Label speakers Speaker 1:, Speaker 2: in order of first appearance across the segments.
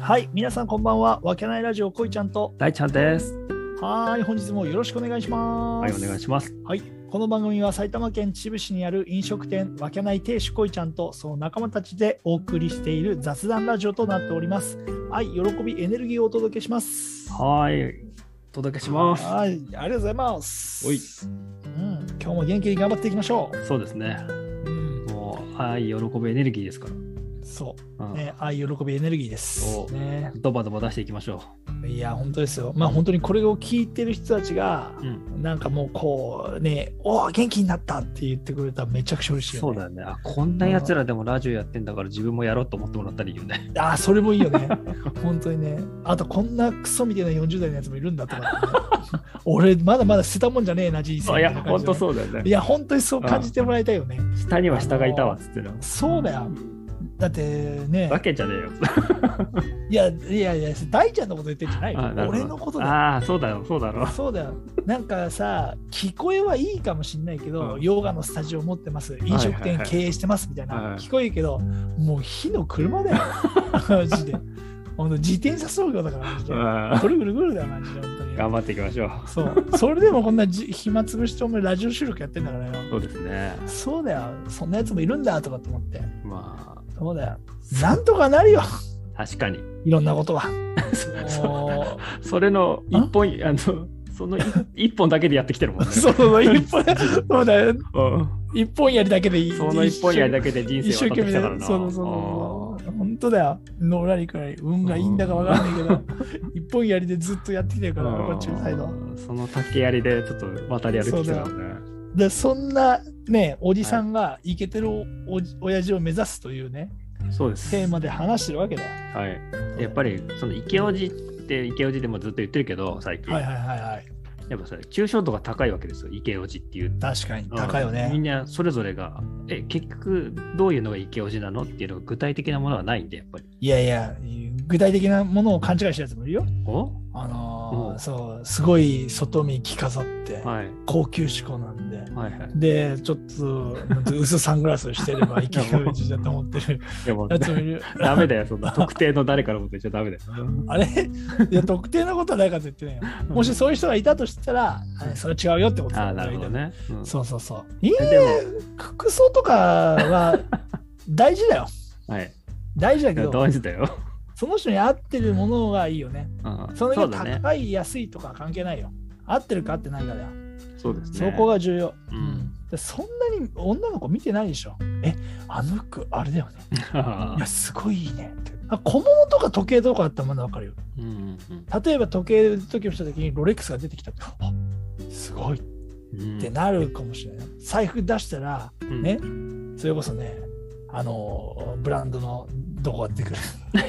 Speaker 1: はい、皆さんこんばんは。わけないラジオこいちゃんと。
Speaker 2: 大ちゃんです。
Speaker 1: はーい、本日もよろしくお願いしま
Speaker 2: はい、
Speaker 1: す。
Speaker 2: お願いします。
Speaker 1: はい、この番組は埼玉県秩父市にある飲食店わけない亭主こいちゃんとその仲間たちでお送りしている雑談ラジオとなっております。愛、喜び、エネルギーをお届けします。
Speaker 2: はい、お届けします。
Speaker 1: はい、ありがとうございます。
Speaker 2: おい
Speaker 1: うん、今日も元気に頑張っていきましょ
Speaker 2: そうですね。
Speaker 1: う。うん、
Speaker 2: もう愛、喜び、エネルギーですか
Speaker 1: そ
Speaker 2: ら。う
Speaker 1: う、
Speaker 2: ん
Speaker 1: ね、愛、喜び、エネルギーです
Speaker 2: お。
Speaker 1: ね、
Speaker 2: ドバドバ出していきましょ
Speaker 1: いや、本当ですよ。まあ、本当にこれを聞いてる人たちが。
Speaker 2: う。うん、
Speaker 1: なんかもうこうね、おお、元気になったって言ってくれたらめちゃくちゃ嬉しいよ
Speaker 2: そう
Speaker 1: ね。
Speaker 2: だよね。あ、こんな奴らでもラジオやってんだから自分もやろうと思ってもらったらいいよね。
Speaker 1: ああ、それもいいよ ね。本当にね。あと、こんなクソみたいな40代のやつもいるんだとかってね、 俺、まだまだ捨てたもんじゃねえな、人生、
Speaker 2: いや、本当
Speaker 1: う。
Speaker 2: そうだよ
Speaker 1: い
Speaker 2: ね。
Speaker 1: や、本当にそう感じてもらいたいよね。
Speaker 2: 下には下がいたわっつってな。
Speaker 1: そうだよ。だってね
Speaker 2: わ、けじゃねえよ。
Speaker 1: いやいやいや、大ちゃんのこと言ってんじゃないよ
Speaker 2: あなるほど
Speaker 1: 俺のことだよ。
Speaker 2: ああ、そうだよ、そうだ ろ。
Speaker 1: そうだよ。なんかさ、聞こえはいいかもしれないけど、
Speaker 2: うん
Speaker 1: ヨガのスタジオ持ってます、飲食
Speaker 2: はいは
Speaker 1: 店
Speaker 2: いはい
Speaker 1: 経営してますみたいな、
Speaker 2: はい
Speaker 1: 聞こえるけど、もう火の車 だよ、マジで。ほんと自転車操業だから、マジで
Speaker 2: う。ん
Speaker 1: ぐるぐるぐるだよ、マジで、本当に。
Speaker 2: 頑張っていきましょう。
Speaker 1: そう。それでもこんなじ暇つぶして、お前ラジオ収録やってんだからよ。
Speaker 2: そうですね。
Speaker 1: そうだよ、そんなやつもいるんだとかと思って。
Speaker 2: ま
Speaker 1: そうだよ。なんとかなるよ、
Speaker 2: あ、確かに。
Speaker 1: いろんなことは。
Speaker 2: そ
Speaker 1: も
Speaker 2: それの一本、あの、その一一本だけでやってきてるもん
Speaker 1: う
Speaker 2: ね。
Speaker 1: そうそう、一 本、そうだよ。
Speaker 2: うん
Speaker 1: 一本やりだけでいい。
Speaker 2: その一本やりだけで人
Speaker 1: 一
Speaker 2: 生
Speaker 1: 生
Speaker 2: を渡
Speaker 1: 懸命
Speaker 2: ってきたからな。
Speaker 1: そうそうそうそう本当だよのらりくらい運がいいんだかわからないけど 一本やりでずっとやってきてるから
Speaker 2: うん
Speaker 1: こっちのサイド
Speaker 2: その竹槍でちょっと渡り歩いてきたからね。
Speaker 1: でそんなねおじさんがイケてるおじ親父を目指すというね
Speaker 2: そうです。
Speaker 1: テーマで話してるわけだよ
Speaker 2: はい。やっぱり、その池オジって池オジでもずっと言ってるけど、最近。
Speaker 1: はいはいはいはい
Speaker 2: やっぱさ、抽象度が高いわけですよ、池オジっていう。
Speaker 1: 確かに高いよ
Speaker 2: みん
Speaker 1: ね
Speaker 2: なそれぞれが、え、結局どういうのが池オジなのっていうのが具体的なものはないんで、やっぱり。
Speaker 1: いやいや具体的なものを勘違いしたやつもいるよ
Speaker 2: お
Speaker 1: あのー
Speaker 2: うん
Speaker 1: そうすごい外見着飾って
Speaker 2: はい。
Speaker 1: 高級志向なんで
Speaker 2: はいはい。
Speaker 1: で、ちょっと薄サングラスしてれば生きがうちだと思って る
Speaker 2: でも、
Speaker 1: やつもいる。
Speaker 2: ダメだよ、そんな特定の誰からも言っちゃダメだよ。
Speaker 1: あれいや、特定のことはないかと言ってないよ。もしそういう人がいたとしたら、はいそれは違うよってこと
Speaker 2: あ
Speaker 1: だ
Speaker 2: あ、なるほど。ね。うん
Speaker 1: そうそうそう。いい
Speaker 2: えでも
Speaker 1: 服装とか は大事だよ。
Speaker 2: はい。
Speaker 1: 大事だ
Speaker 2: い
Speaker 1: け
Speaker 2: や
Speaker 1: ど、
Speaker 2: 大事だよ。
Speaker 1: その人に合ってるものがいいよね。
Speaker 2: うん
Speaker 1: その
Speaker 2: そ
Speaker 1: 人
Speaker 2: うだね。
Speaker 1: 高い、安いとか関係ないよ。合ってるか合ってないかだよ。
Speaker 2: そうですね。
Speaker 1: そこが重要。
Speaker 2: うん
Speaker 1: でそんなに女の子見てないでしょ。え、あの服、あれだよね。いや、すごいいいねって。あ小物とか時計とかだったらまだわかるよ。
Speaker 2: うんうんうん
Speaker 1: 例えば時計の時をした時にロレックスが出てきたって、あすごいっ
Speaker 2: うん
Speaker 1: てなるかもしれない。財布出したら、
Speaker 2: うん
Speaker 1: ね、それこそね、あの、ブランドのどこが出てくる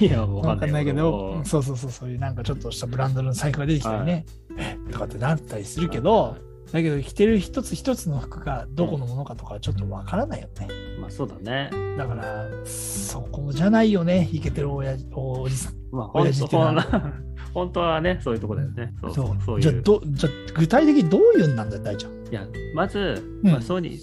Speaker 2: いや、
Speaker 1: か わ
Speaker 2: わ
Speaker 1: か
Speaker 2: か
Speaker 1: んな
Speaker 2: んないい
Speaker 1: け
Speaker 2: け
Speaker 1: ど
Speaker 2: ど、。
Speaker 1: そうそうそう、そういうなんかちょっとしたブランドの財布が出てきたりね、えとかってなったりするけど、だけど着てる一つ一つの服がどこのものかとかはちょっとわからないよね。
Speaker 2: まあそうだね。
Speaker 1: だから、そこじゃないよね、イケてるおやおじさん。
Speaker 2: まあ本
Speaker 1: 親父
Speaker 2: 当
Speaker 1: ってな
Speaker 2: は 本当はね、そういうとこだよね。そ
Speaker 1: そ
Speaker 2: うそううそう
Speaker 1: じゃあ
Speaker 2: いう。
Speaker 1: どじゃあ具体的にどういうんなんだよ大ちゃん。
Speaker 2: いや、まず、
Speaker 1: うん
Speaker 2: まあそうに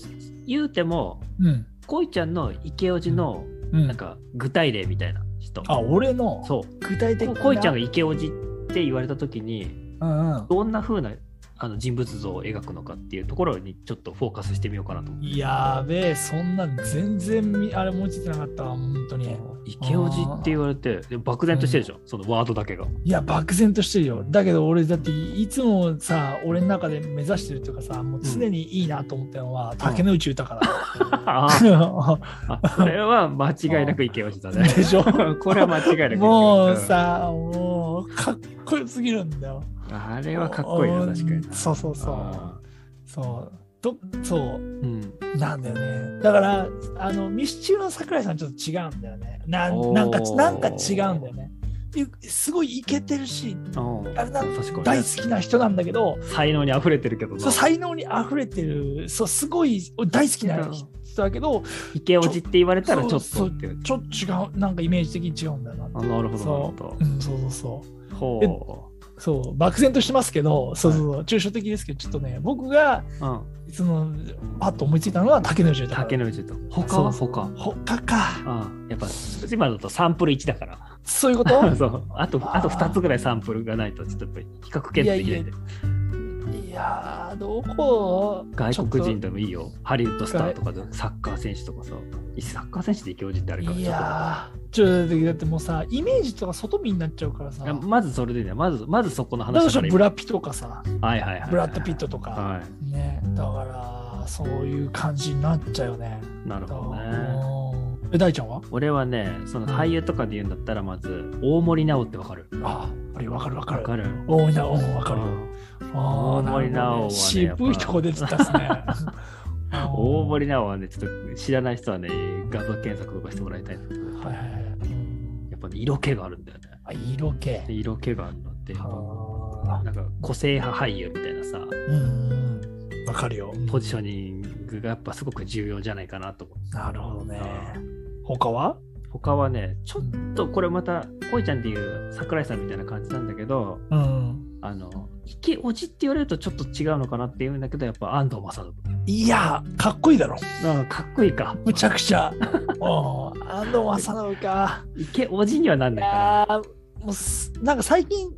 Speaker 2: 言うても、
Speaker 1: うん。
Speaker 2: こいちゃんの池オジの
Speaker 1: うん、
Speaker 2: なんか具体例みたいな人。
Speaker 1: あ俺の
Speaker 2: そ
Speaker 1: 具体的
Speaker 2: う。
Speaker 1: な。
Speaker 2: こいちゃんが池オジって言われたときに、
Speaker 1: うんうん
Speaker 2: どんな風なあの人物像を描くのかっていうところにちょっとフォーカスしてみようかなと思って。
Speaker 1: やべえ、そんなん全然みあれ思いついてなかったわ、本当に。
Speaker 2: 池オジって言われて、で漠然としてるじゃん、そのワードだけが。
Speaker 1: いや、漠然としてるよ。だけど俺、だっていつもさ、俺の中で目指してるというかさ、もう常にいいなと思ったのは、竹野内豊か
Speaker 2: あ
Speaker 1: だ。
Speaker 2: あ、それは間違いなく池オジだね。
Speaker 1: でしょ
Speaker 2: これは間違いなく池オジ
Speaker 1: もう、さ、もうかっこよすぎるんだよ。
Speaker 2: うんあれはかっこいいな、
Speaker 1: うん
Speaker 2: 確かにな。
Speaker 1: そうそうそう。
Speaker 2: あ
Speaker 1: そう。とそう
Speaker 2: ーうん。
Speaker 1: なんだよね。だから、あの、ミスチルの桜井さんちょっと違うんだよね。なん
Speaker 2: おー
Speaker 1: なんか、なんか違うんだよね。ですごいイケてるし、あれだ
Speaker 2: 確かにね
Speaker 1: 大好きな人なんだけど、
Speaker 2: 才能に溢れてるけど
Speaker 1: そう
Speaker 2: な。
Speaker 1: 才能に溢れてる、そう、すごい大好きな人だけど、
Speaker 2: 池オジって言われたらちょっ
Speaker 1: そ
Speaker 2: と
Speaker 1: う
Speaker 2: っていう。
Speaker 1: ちょっと違う、なんかイメージ的に違うんだよな。
Speaker 2: あなるほ
Speaker 1: そ
Speaker 2: ど、なるほ
Speaker 1: う、うん、そうそうそ
Speaker 2: ど。ほう。
Speaker 1: う。そう漠然としてますけどそうそうそう抽象的ですけどちょっとね僕が
Speaker 2: うん。
Speaker 1: そのパッと思いついたのは竹の重と
Speaker 2: 竹の内と。他は
Speaker 1: そう
Speaker 2: 他。
Speaker 1: 他か
Speaker 2: うん。やっぱ、今だとサンプル1だから。
Speaker 1: そういうこと
Speaker 2: そうあとあと
Speaker 1: あー
Speaker 2: 2つぐらいサンプルがないとちょっとやっぱり比較検討できないんで
Speaker 1: いやーどこ
Speaker 2: 外国人
Speaker 1: ち
Speaker 2: でもいいよハリウッドスターとかでサッカー選手とかさサッカー選手で行事ってある
Speaker 1: ょ
Speaker 2: か
Speaker 1: っ
Speaker 2: ら
Speaker 1: とい
Speaker 2: ちょっと
Speaker 1: やーちょっとだってもうさイメージとか外見になっちゃうからさ
Speaker 2: いやまずそれでねまずまずそこの
Speaker 1: だと
Speaker 2: 話
Speaker 1: し
Speaker 2: か
Speaker 1: ょ
Speaker 2: ら
Speaker 1: ブラピとかさ
Speaker 2: はいはいはい
Speaker 1: ブラッド・ピットとか、
Speaker 2: は
Speaker 1: ねだからそういう感じになっちゃうよね
Speaker 2: いなるほどね
Speaker 1: うんえ大ちゃんは
Speaker 2: 俺はねその俳優とかで言うんだったらまず大森奈緒ってわかる
Speaker 1: ああれわかるわか
Speaker 2: わ
Speaker 1: る
Speaker 2: かる
Speaker 1: 大森なおわかる
Speaker 2: う
Speaker 1: よ
Speaker 2: ん
Speaker 1: ああな
Speaker 2: 大森
Speaker 1: る
Speaker 2: なおは
Speaker 1: ほど
Speaker 2: ね
Speaker 1: ね渋いとこ出てたっすね
Speaker 2: 大森奈緒はねちょっと知らない人はね画像検索とかしてもらいたいんだけど
Speaker 1: はいはいはい
Speaker 2: やっぱね色気があるんだよね
Speaker 1: あ色気
Speaker 2: で色気があるのってやっぱ
Speaker 1: あ
Speaker 2: なんか個性派俳優みたいなさ
Speaker 1: ーうんうんわかるよ
Speaker 2: ポジショニングがやっぱすごく重要じゃないかなと思って
Speaker 1: なるほどね他は
Speaker 2: 他はねちょっとこれまたこいちゃんっていう桜井さんみたいな感じなんだけど
Speaker 1: うん
Speaker 2: あのイケオジって言われるとちょっと違うのかなっていうんだけどやっぱ安藤正
Speaker 1: いやかっこいいだろ
Speaker 2: 信なんかかっこいいか
Speaker 1: むちゃくちゃうん安藤正信か
Speaker 2: イケオジにはなん
Speaker 1: い
Speaker 2: ないか
Speaker 1: やーもうすなんか最近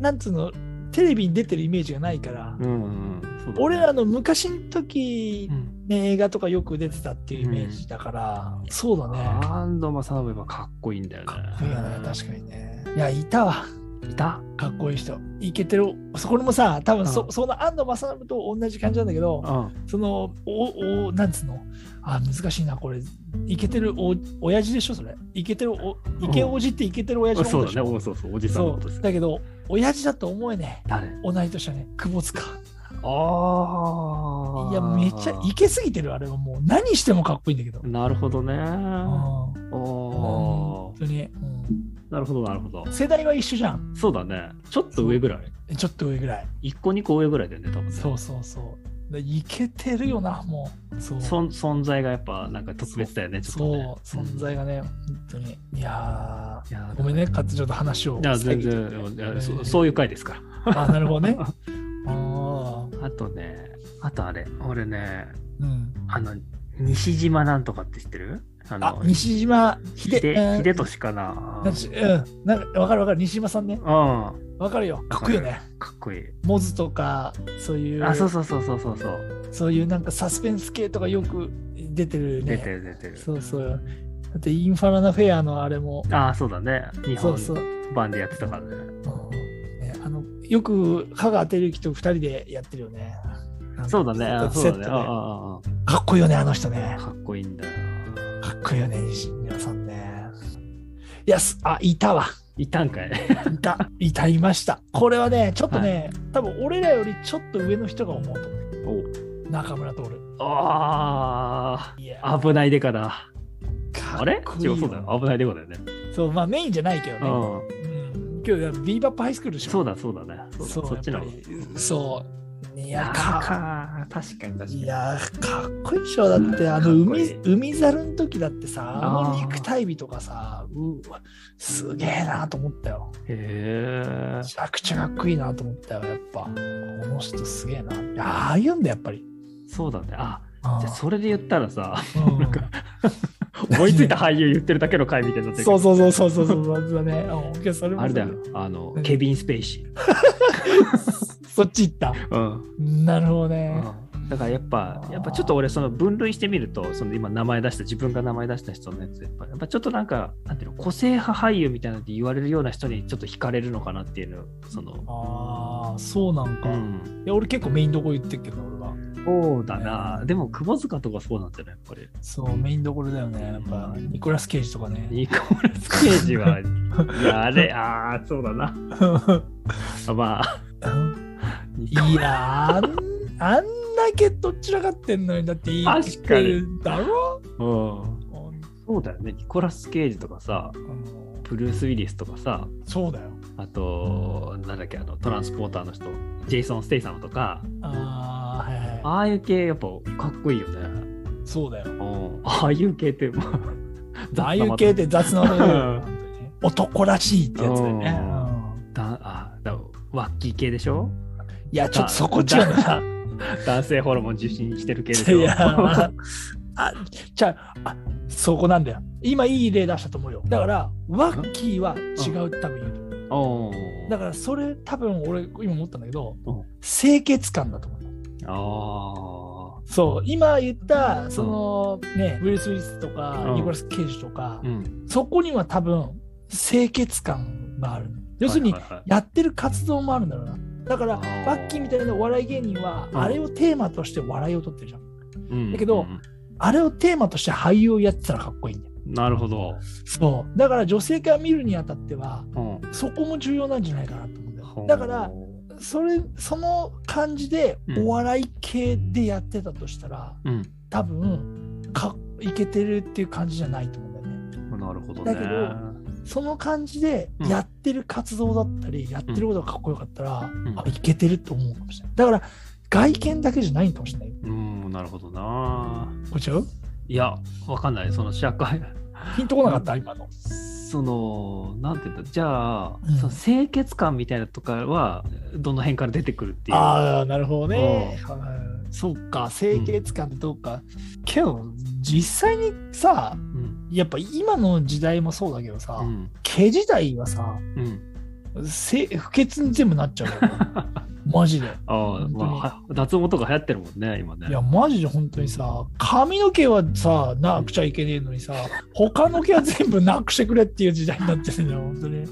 Speaker 1: なんつうのテレビに出てるイメージがないから、
Speaker 2: なうんうんそうだね
Speaker 1: 俺らの昔の時
Speaker 2: う、ん
Speaker 1: ね、映画とかよく出てたっていうイメージだから、そうだね
Speaker 2: 安藤正信はかっこいいんだよね
Speaker 1: かっこいいよね確かにねいやいたわ
Speaker 2: にいた
Speaker 1: かっこいい人いけてるそこれもさ多分そ,、
Speaker 2: うん
Speaker 1: その安藤正信と同じ感じなんだけど、
Speaker 2: うん
Speaker 1: そのおおなんつうのあ難しいなこれいけてるお親父でしょそれいけてるおいけおじっていけてる親父のこ
Speaker 2: そ
Speaker 1: と
Speaker 2: う
Speaker 1: で
Speaker 2: だ
Speaker 1: し
Speaker 2: ね
Speaker 1: ょ
Speaker 2: おそうそうおじさんの
Speaker 1: そ
Speaker 2: ことです
Speaker 1: う
Speaker 2: よ
Speaker 1: だけど親父だと思えね
Speaker 2: 誰
Speaker 1: 同い年だね久保塚
Speaker 2: ああ
Speaker 1: いやめっちゃいけすぎてるあれはもう何してもかっこいいんだけど、うん、
Speaker 2: なるほどね。
Speaker 1: 本
Speaker 2: お
Speaker 1: 当
Speaker 2: ー
Speaker 1: に、うん
Speaker 2: なるほど、なるほど。
Speaker 1: 世代は一緒じゃん
Speaker 2: そうだね。ちょっと上ぐらい。
Speaker 1: ちょっと上ぐらい
Speaker 2: 1個、2個上ぐらいだよね、多分ね。
Speaker 1: そうそうそうでいけてるよなもうそう
Speaker 2: そん存在がやっぱ、なんか特別だよね、ちょっ
Speaker 1: そ
Speaker 2: と
Speaker 1: う
Speaker 2: ね。
Speaker 1: 存在がね本当にいや
Speaker 2: いや
Speaker 1: ーごめんね、かつちょっと話を
Speaker 2: いや、
Speaker 1: 遮
Speaker 2: 全
Speaker 1: ってて。
Speaker 2: 然、いやそそういう回ですから。
Speaker 1: あ、なるほど ね。あ
Speaker 2: あとね、あとあれ、俺ね、
Speaker 1: ーうん、
Speaker 2: あの、西島なんとかって知ってるあ
Speaker 1: あ
Speaker 2: の、、
Speaker 1: 西島秀
Speaker 2: 秀
Speaker 1: うん
Speaker 2: 秀俊かな。
Speaker 1: なんしうん、なんかわかるわかる、西島さんね
Speaker 2: う。ん、か
Speaker 1: わかるよ。かっこいいよね。
Speaker 2: っこいい。
Speaker 1: モズとか、そういう、
Speaker 2: あ、そうそうそうそうそうそう。
Speaker 1: そういうなんかサスペンス系とかよく出てるよね。
Speaker 2: 出てる出てる。
Speaker 1: そうそう。だってインファラナフェアのあれも、
Speaker 2: あー、そうだね。日
Speaker 1: そ
Speaker 2: 本
Speaker 1: うそう。
Speaker 2: 版でやってたからね。
Speaker 1: うんねあのよく香川照之と二人でやってるよね。なんか
Speaker 2: そうだね。あ
Speaker 1: セ
Speaker 2: そ
Speaker 1: ッ
Speaker 2: うだね。
Speaker 1: ト
Speaker 2: ああ
Speaker 1: で
Speaker 2: あ
Speaker 1: かっこいいよね、あの人ね
Speaker 2: あ。かっこいいんだよ。
Speaker 1: かっこいいよね、西村さんね。いや、すあ、いたわ。
Speaker 2: いたんかい。
Speaker 1: いた。いた、いました。これはね、ちょっとね、多分俺らよりちょっと上の人が思うと思う。中村徹。
Speaker 2: あ
Speaker 1: いや、
Speaker 2: あ、危ないデカだ。
Speaker 1: か
Speaker 2: あれ
Speaker 1: っこいい
Speaker 2: 違
Speaker 1: よ
Speaker 2: う、そうだよ。危ないデカだよね。
Speaker 1: そう、まあメインじゃないけ
Speaker 2: う
Speaker 1: どね。
Speaker 2: ん。
Speaker 1: うん。今日、ビーバップハイスクールでしょ。
Speaker 2: そうだ、そうだね。そうだ
Speaker 1: そう
Speaker 2: そっちの。
Speaker 1: や
Speaker 2: い
Speaker 1: っぱりそう。いや
Speaker 2: や、
Speaker 1: か
Speaker 2: か、確かに確か
Speaker 1: い
Speaker 2: に。
Speaker 1: やかっこいいでしょだってあの
Speaker 2: かっこい
Speaker 1: 海
Speaker 2: い
Speaker 1: 海猿の時だってさあの
Speaker 2: あー
Speaker 1: 肉体美とかさうわすげえなと思ったよ
Speaker 2: へえ
Speaker 1: め。ちゃくちゃかっこいいなと思ったよやっぱこの人すげえないやああいうんだやっぱり
Speaker 2: そうだね。あ、
Speaker 1: あ
Speaker 2: じゃあそれで言ったらさ、
Speaker 1: うん
Speaker 2: なんか追いついた俳優言ってるだけの回みたいになってるけ
Speaker 1: そ
Speaker 2: ど
Speaker 1: うそうそうそうそうそうそうだねうんいやそれも
Speaker 2: あれだよ
Speaker 1: そ。
Speaker 2: あの
Speaker 1: うん、
Speaker 2: ケビン・スペイシ
Speaker 1: そっち行った
Speaker 2: ー。うん。
Speaker 1: なるほどね
Speaker 2: うんだからやっぱ
Speaker 1: あー
Speaker 2: やっぱちょっと俺その分類してみるとその今名前出した自分が名前出した人のやつやっぱやっぱちょっとなんかなんていうの個性派俳優みたいなって言われるような人にちょっと惹かれるのかなっていうのその
Speaker 1: ああそうなん
Speaker 2: う
Speaker 1: か、い
Speaker 2: ん
Speaker 1: や俺結構メインどこ言ってるけど俺は
Speaker 2: そうだなでも窪塚とかそうなんじゃないやっぱり
Speaker 1: そうメインどころだよねやっぱニコラス・ケイジとかね
Speaker 2: ニコラス・ケイジはいやあ れあーそうだなまあニコ
Speaker 1: いやあん、あんだけどちらかってんのに、だっていいってるだろ
Speaker 2: うんそうだよねニコラス・ケイジとかさブルース・ウィリスとかさ
Speaker 1: そうだよ。
Speaker 2: あとなんだっけあのトランスポーターの人ジェイソン・ステイサムとか
Speaker 1: ああ、はいはい。
Speaker 2: ああいう系やっぱかっこいいよね。
Speaker 1: そうだよ。
Speaker 2: うんああいう系って、まあ、
Speaker 1: ああいう系って雑なの
Speaker 2: うん
Speaker 1: 男らしいってやつだよね。
Speaker 2: だあだワッキー系でしょ
Speaker 1: いや、ちょっとそこ違うな。
Speaker 2: 男性ホルモン受信してる系でしょ
Speaker 1: いや、まあ、あじゃああそこなんだよ。今いい例出したと思うよ。だから、ワッキーは違う多分言うと。
Speaker 2: おー
Speaker 1: だから、それ多分俺今思ったんだけど
Speaker 2: うん、
Speaker 1: 清潔感だと思う。
Speaker 2: あ
Speaker 1: そう、今言った、その、ね、ウィル・スミスとか
Speaker 2: う、ん
Speaker 1: ニコラス・ケイジとか
Speaker 2: ー、うん
Speaker 1: そこには多分、清潔感がある。要するに
Speaker 2: は、いはいはい
Speaker 1: やってる活動もあるんだろうな。だから、
Speaker 2: あー
Speaker 1: ワッキーみたいなお笑い芸人は、
Speaker 2: うん
Speaker 1: あれをテーマとして笑いを取ってるじゃん。
Speaker 2: うん
Speaker 1: だけど
Speaker 2: うん
Speaker 1: あれをテーマとして俳優をやってたらかっこいいんだよ。
Speaker 2: なるほど、
Speaker 1: そう。だから女性から見るにあたっては、
Speaker 2: うん
Speaker 1: そこも重要なんじゃないかなと思うんだ
Speaker 2: ほ
Speaker 1: よ
Speaker 2: う。
Speaker 1: だから、それ、その感じで
Speaker 2: う、ん
Speaker 1: お笑い系でやってたとしたら、
Speaker 2: うん
Speaker 1: 多分、か、いけてるっていう感じじゃないと思うんだよね。
Speaker 2: なるほど
Speaker 1: だ
Speaker 2: ね
Speaker 1: けどその感じで
Speaker 2: うん
Speaker 1: やってる活動だったり、やってることがかっこよかったら、
Speaker 2: ん
Speaker 1: あいけてると思うかもしれない。だから外見だけじゃないのかもしれないよ。
Speaker 2: うんなるほどな
Speaker 1: こっちゃう
Speaker 2: いやわかんないその社会
Speaker 1: ヒントこなかった今の。
Speaker 2: そのなんていうんだじゃあ、
Speaker 1: うん
Speaker 2: その清潔感みたいなとかはどの辺から出てくるっていう
Speaker 1: ああ、なるほどね。はいそっか、清潔感ってどうか。けど、実際にさ、
Speaker 2: うん
Speaker 1: やっぱ今の時代もそうだけどさ、
Speaker 2: うん
Speaker 1: 毛自体はさ、
Speaker 2: うん
Speaker 1: せ不潔に全部なっちゃう よ。マジで。
Speaker 2: ああ
Speaker 1: 本当
Speaker 2: ま
Speaker 1: に
Speaker 2: あは脱毛とか流行ってるもんね今ね
Speaker 1: いや、マジで本当にさ、髪の毛はさ、なくちゃいけねえのにさ、他の毛は全部なくしてくれっていう時代になってるんだよ、本当に。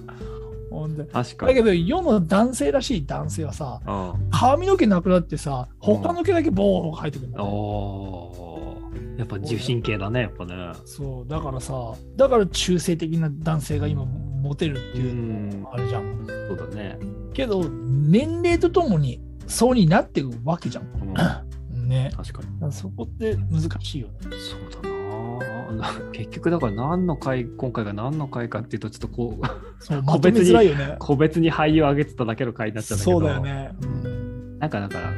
Speaker 1: 本当に
Speaker 2: 確か
Speaker 1: だ
Speaker 2: に
Speaker 1: けど、世の男性らしい男性はさ、
Speaker 2: あ
Speaker 1: 髪の毛なくなってさ、他の毛だけボーボー生えてくるんだ
Speaker 2: あ
Speaker 1: よ、
Speaker 2: おーやっぱ受信系だねやっぱね
Speaker 1: そう、だからさ、だから中性的な男性が今、モテるっていうのもあるじゃん。
Speaker 2: そうだね、
Speaker 1: けど、年齢とともに、そうになっていくわけじゃ
Speaker 2: うん、
Speaker 1: ん。ね。
Speaker 2: 確かに
Speaker 1: そこって難しいよね。
Speaker 2: そうだなあな 結局だから何の回今回が何の回かっていうとちょっとこう
Speaker 1: そう、まとめづらいよね。
Speaker 2: 個別に俳優を上げてただけの回になっちゃったけど
Speaker 1: そうだよね。
Speaker 2: なんかだから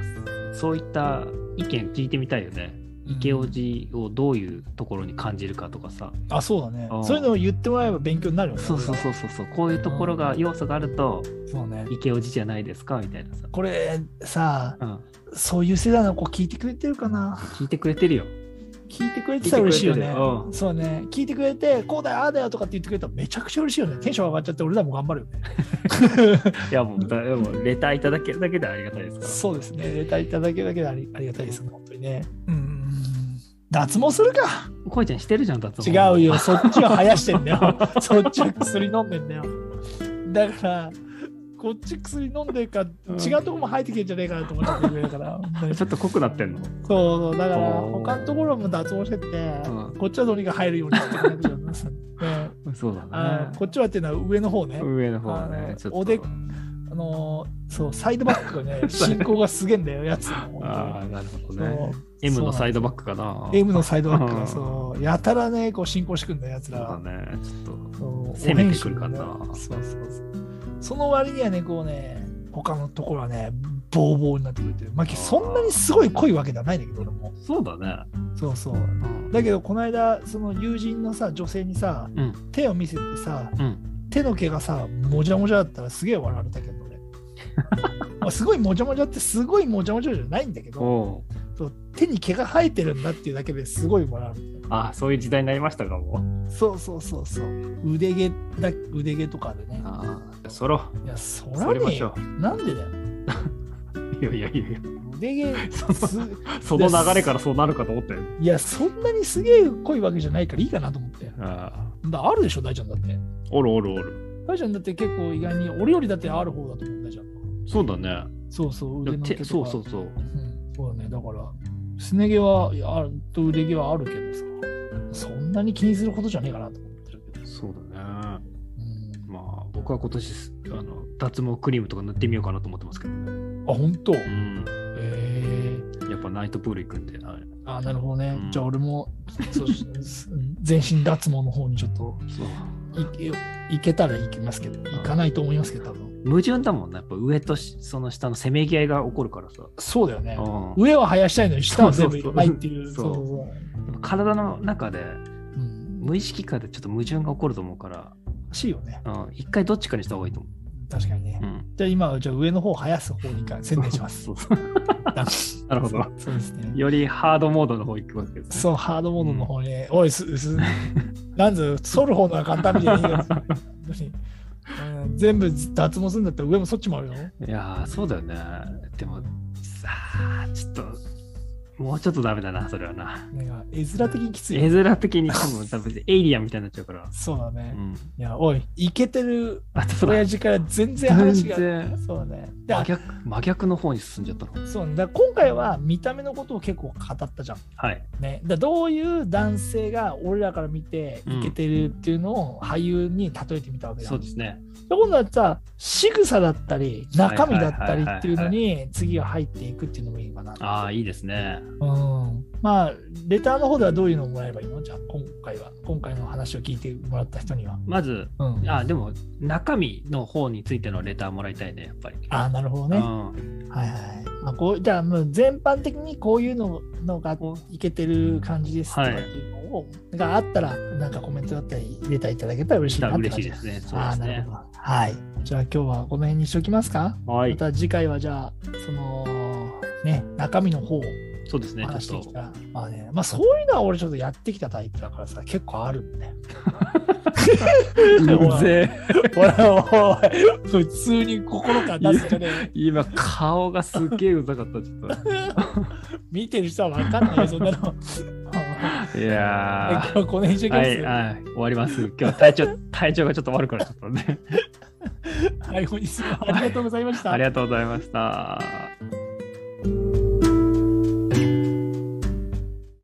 Speaker 2: そういった意見聞いてみたいよね。
Speaker 1: うん
Speaker 2: 池オジをどういうところに感じるかとかさ、
Speaker 1: あ、そうだね
Speaker 2: う。ん
Speaker 1: そういうのを言ってもらえば勉強になるよね。
Speaker 2: そうそうそうそうそうこういうところが要素があると
Speaker 1: う。そうね。
Speaker 2: 池オジじゃないですかみたいなさ、
Speaker 1: これさ、
Speaker 2: うん、
Speaker 1: そういう世代の子聞いてくれてるかな
Speaker 2: 聞いてくれてるよ
Speaker 1: 聞いてくれてたら嬉しいよ
Speaker 2: 聞い
Speaker 1: ね
Speaker 2: てくれてる。うん
Speaker 1: そうね。聞いてくれて、こうだよ、ああだよとかって言ってくれたらめちゃくちゃ嬉しいよね。テンション上がっちゃって俺らも頑張るよね。
Speaker 2: いやもうだもうレターいただけるだけでありがたいですか
Speaker 1: そうですね。レターいただけるだけでありありがたいです。本当にね。うん。脱毛するか
Speaker 2: らこいちゃんしてるじゃん脱毛
Speaker 1: 違うよ。そっちは生やしてんだ よ。そっちは薬飲んでんだよ。だから、こっち薬飲んでるか、違うとこも入ってきてんじゃねえかなと思っちゃってくれるから。本当に
Speaker 2: ちょっと濃くなってんの
Speaker 1: そうそう、だから、
Speaker 2: おー
Speaker 1: 他のところも脱毛してって、
Speaker 2: う
Speaker 1: こっちはどれが入るようにしてくれるじゃない ですか。うん
Speaker 2: そうだ
Speaker 1: あ
Speaker 2: ね
Speaker 1: ーこっちはっていうのは上の方ね。
Speaker 2: 上の方ね
Speaker 1: あ
Speaker 2: ちょっと
Speaker 1: おであのーそう、サイドバックが ね、進行がすげえんだよ、やつも。
Speaker 2: ああなるほどね
Speaker 1: そう
Speaker 2: M のサイドバックかな
Speaker 1: M のサイドバック
Speaker 2: う
Speaker 1: が
Speaker 2: ん
Speaker 1: そう、やたらね、こう進行してくんだよ、やつ
Speaker 2: そうだ
Speaker 1: ら。
Speaker 2: ねちょっと
Speaker 1: そう
Speaker 2: 攻めてくるからな
Speaker 1: お返しもねそうそうそう。その割にはね、こうね、他のところはね、ボーボーになってくれてる。まあ、そんなにすごい濃いわけではないんだけど、俺も。
Speaker 2: そうだね
Speaker 1: そうそう。だけど、この間、その友人のさ、女性にさ、
Speaker 2: うん
Speaker 1: 手を見せてさ、
Speaker 2: うん
Speaker 1: 手の毛がさ、もじゃもじゃだったらすげえ笑われたけ どね。まあすごいもじゃもじゃってすごいもじゃもじゃじゃないんだけど、
Speaker 2: おう
Speaker 1: そう手に毛が生えてるんだっていうだけですごい笑われる。
Speaker 2: あそういう時代になりましたかもう
Speaker 1: そうそうそうそう。腕毛だ腕毛とかでね。
Speaker 2: ああそろ
Speaker 1: いや、そら
Speaker 2: それま
Speaker 1: ね
Speaker 2: しょ
Speaker 1: なんでだよ。
Speaker 2: ういやいやいやいや
Speaker 1: 腕毛
Speaker 2: その
Speaker 1: す、
Speaker 2: その流れからそうなるかと思ったよ
Speaker 1: いや、そんなにすげえ濃いわけじゃないからいいかなと思って。
Speaker 2: あ
Speaker 1: だあるでしょ、大ちゃんだって。
Speaker 2: あおるおるおる
Speaker 1: 大ちゃんだって結構意外に、俺よりだってある方だと思うんだじゃん。
Speaker 2: そうだね
Speaker 1: そうそう、腕の毛とか。
Speaker 2: そうそうそう
Speaker 1: うんそうだね、だから、すね毛はいやあると腕毛はあるけどさ、そんなに気にすることじゃねえかなと思ってるけど。
Speaker 2: そうだね
Speaker 1: うん
Speaker 2: まあ僕は今年すあの脱毛クリームとか塗ってみようかなと思ってますけどね
Speaker 1: あ、本当。
Speaker 2: う
Speaker 1: え
Speaker 2: ん
Speaker 1: え
Speaker 2: やっぱナイトプール行くんではい
Speaker 1: あ、なるほどね。
Speaker 2: うん
Speaker 1: じゃあ俺も、そうし 全身脱毛の方にちょっと
Speaker 2: そう
Speaker 1: いけ、いけたら行きますけど、行かないと思いますけど、多分。
Speaker 2: 矛盾だもんねやっぱ上としその下のせめぎ合いが起こるからさ
Speaker 1: そうだよね。
Speaker 2: うん
Speaker 1: 上は生やしたいのに下は全部い
Speaker 2: そうそうそう
Speaker 1: らないっていう。
Speaker 2: そう
Speaker 1: そうそう
Speaker 2: やっぱ体の中で
Speaker 1: そう。うん。
Speaker 2: 無意識下でちょっと矛盾が起こると思うから
Speaker 1: らしいよね。
Speaker 2: うん、一回どっちかにした方がいいと思う。
Speaker 1: 確かにね。
Speaker 2: うん
Speaker 1: じゃあ今はじゃあ上の方、生やす方にか宣伝します。
Speaker 2: そうそうなるほど。
Speaker 1: そうですね。
Speaker 2: よりハードモードの方行くわけですね。
Speaker 1: そう、ハードモードの方に、おい、す、す、なんず、剃る方のが簡単みたいに言 うよ本当にうん全部脱毛するんだったら上もそっちもあるよ。
Speaker 2: いやーそうだよね。でも、さあ、ちょっと、もうちょっとダメだな、それはな。
Speaker 1: なんか絵面的にきつい
Speaker 2: 絵
Speaker 1: よ。
Speaker 2: 面的に多分、多分エイリアンみたいになっちゃうから。
Speaker 1: そうだ
Speaker 2: う
Speaker 1: ね。
Speaker 2: ん。
Speaker 1: いや、おい、イケてる
Speaker 2: あとそうだ
Speaker 1: 親父から全然
Speaker 2: 全
Speaker 1: 話が。
Speaker 2: 然
Speaker 1: そうだね。で
Speaker 2: 真逆、真逆の方に進んじゃったの。
Speaker 1: そうだから今回は見た目のことを結構語ったじゃん。
Speaker 2: はい。
Speaker 1: ね、だからどういう男性が俺らから見てイケてるっていうのを俳優に例えてみたわけだ、
Speaker 2: そうですね。
Speaker 1: で今度はさ仕草だったり中身だったりっていうのに次は入っていくっていうのもいいかなって
Speaker 2: ああ、いいですね。
Speaker 1: うんまあレターの方ではどういうのをもらえばいいのじゃあ今回は今回の話を聞いてもらった人には、
Speaker 2: まず、
Speaker 1: うん、あ
Speaker 2: あでも、中身の方についてのレターもらいたいね、やっぱり。
Speaker 1: あなるほど
Speaker 2: う
Speaker 1: ね、
Speaker 2: ん。
Speaker 1: はいはいまあ、こうじゃあもう全般的にこういうののがいけてる感じですとかっていうのを、があったらなんかコメントだったりレターいただけたら嬉しい
Speaker 2: じ
Speaker 1: な
Speaker 2: ゃ
Speaker 1: っ
Speaker 2: あ
Speaker 1: て
Speaker 2: 嬉
Speaker 1: 感
Speaker 2: しい
Speaker 1: じ
Speaker 2: ですね。そう
Speaker 1: あ
Speaker 2: で
Speaker 1: あ
Speaker 2: す
Speaker 1: なる
Speaker 2: ね
Speaker 1: ほ。どはいじゃあ今日はこの辺にしときますか
Speaker 2: は
Speaker 1: ま。た次回はじゃあそのね中身の方を
Speaker 2: そうですね、
Speaker 1: 話し
Speaker 2: ち
Speaker 1: て
Speaker 2: ょっ
Speaker 1: き
Speaker 2: と
Speaker 1: た。ら、まあねまあそういうのは俺ちょっとやってきたタイプだからさ結構あるんだよ
Speaker 2: うぜ え
Speaker 1: ほらおい普通に心から出すとね
Speaker 2: 今、顔がすっげえうざかった、ちょっ
Speaker 1: 見てる人は分かんないよそんな の
Speaker 2: と。いや
Speaker 1: 今日
Speaker 2: ー。
Speaker 1: この辺にしときま
Speaker 2: は
Speaker 1: す
Speaker 2: い、はい、終わります。今日体調、体調がちょっと悪くなっちゃったので、
Speaker 1: はい、本日もありがとうございました
Speaker 2: あり。がとうございました。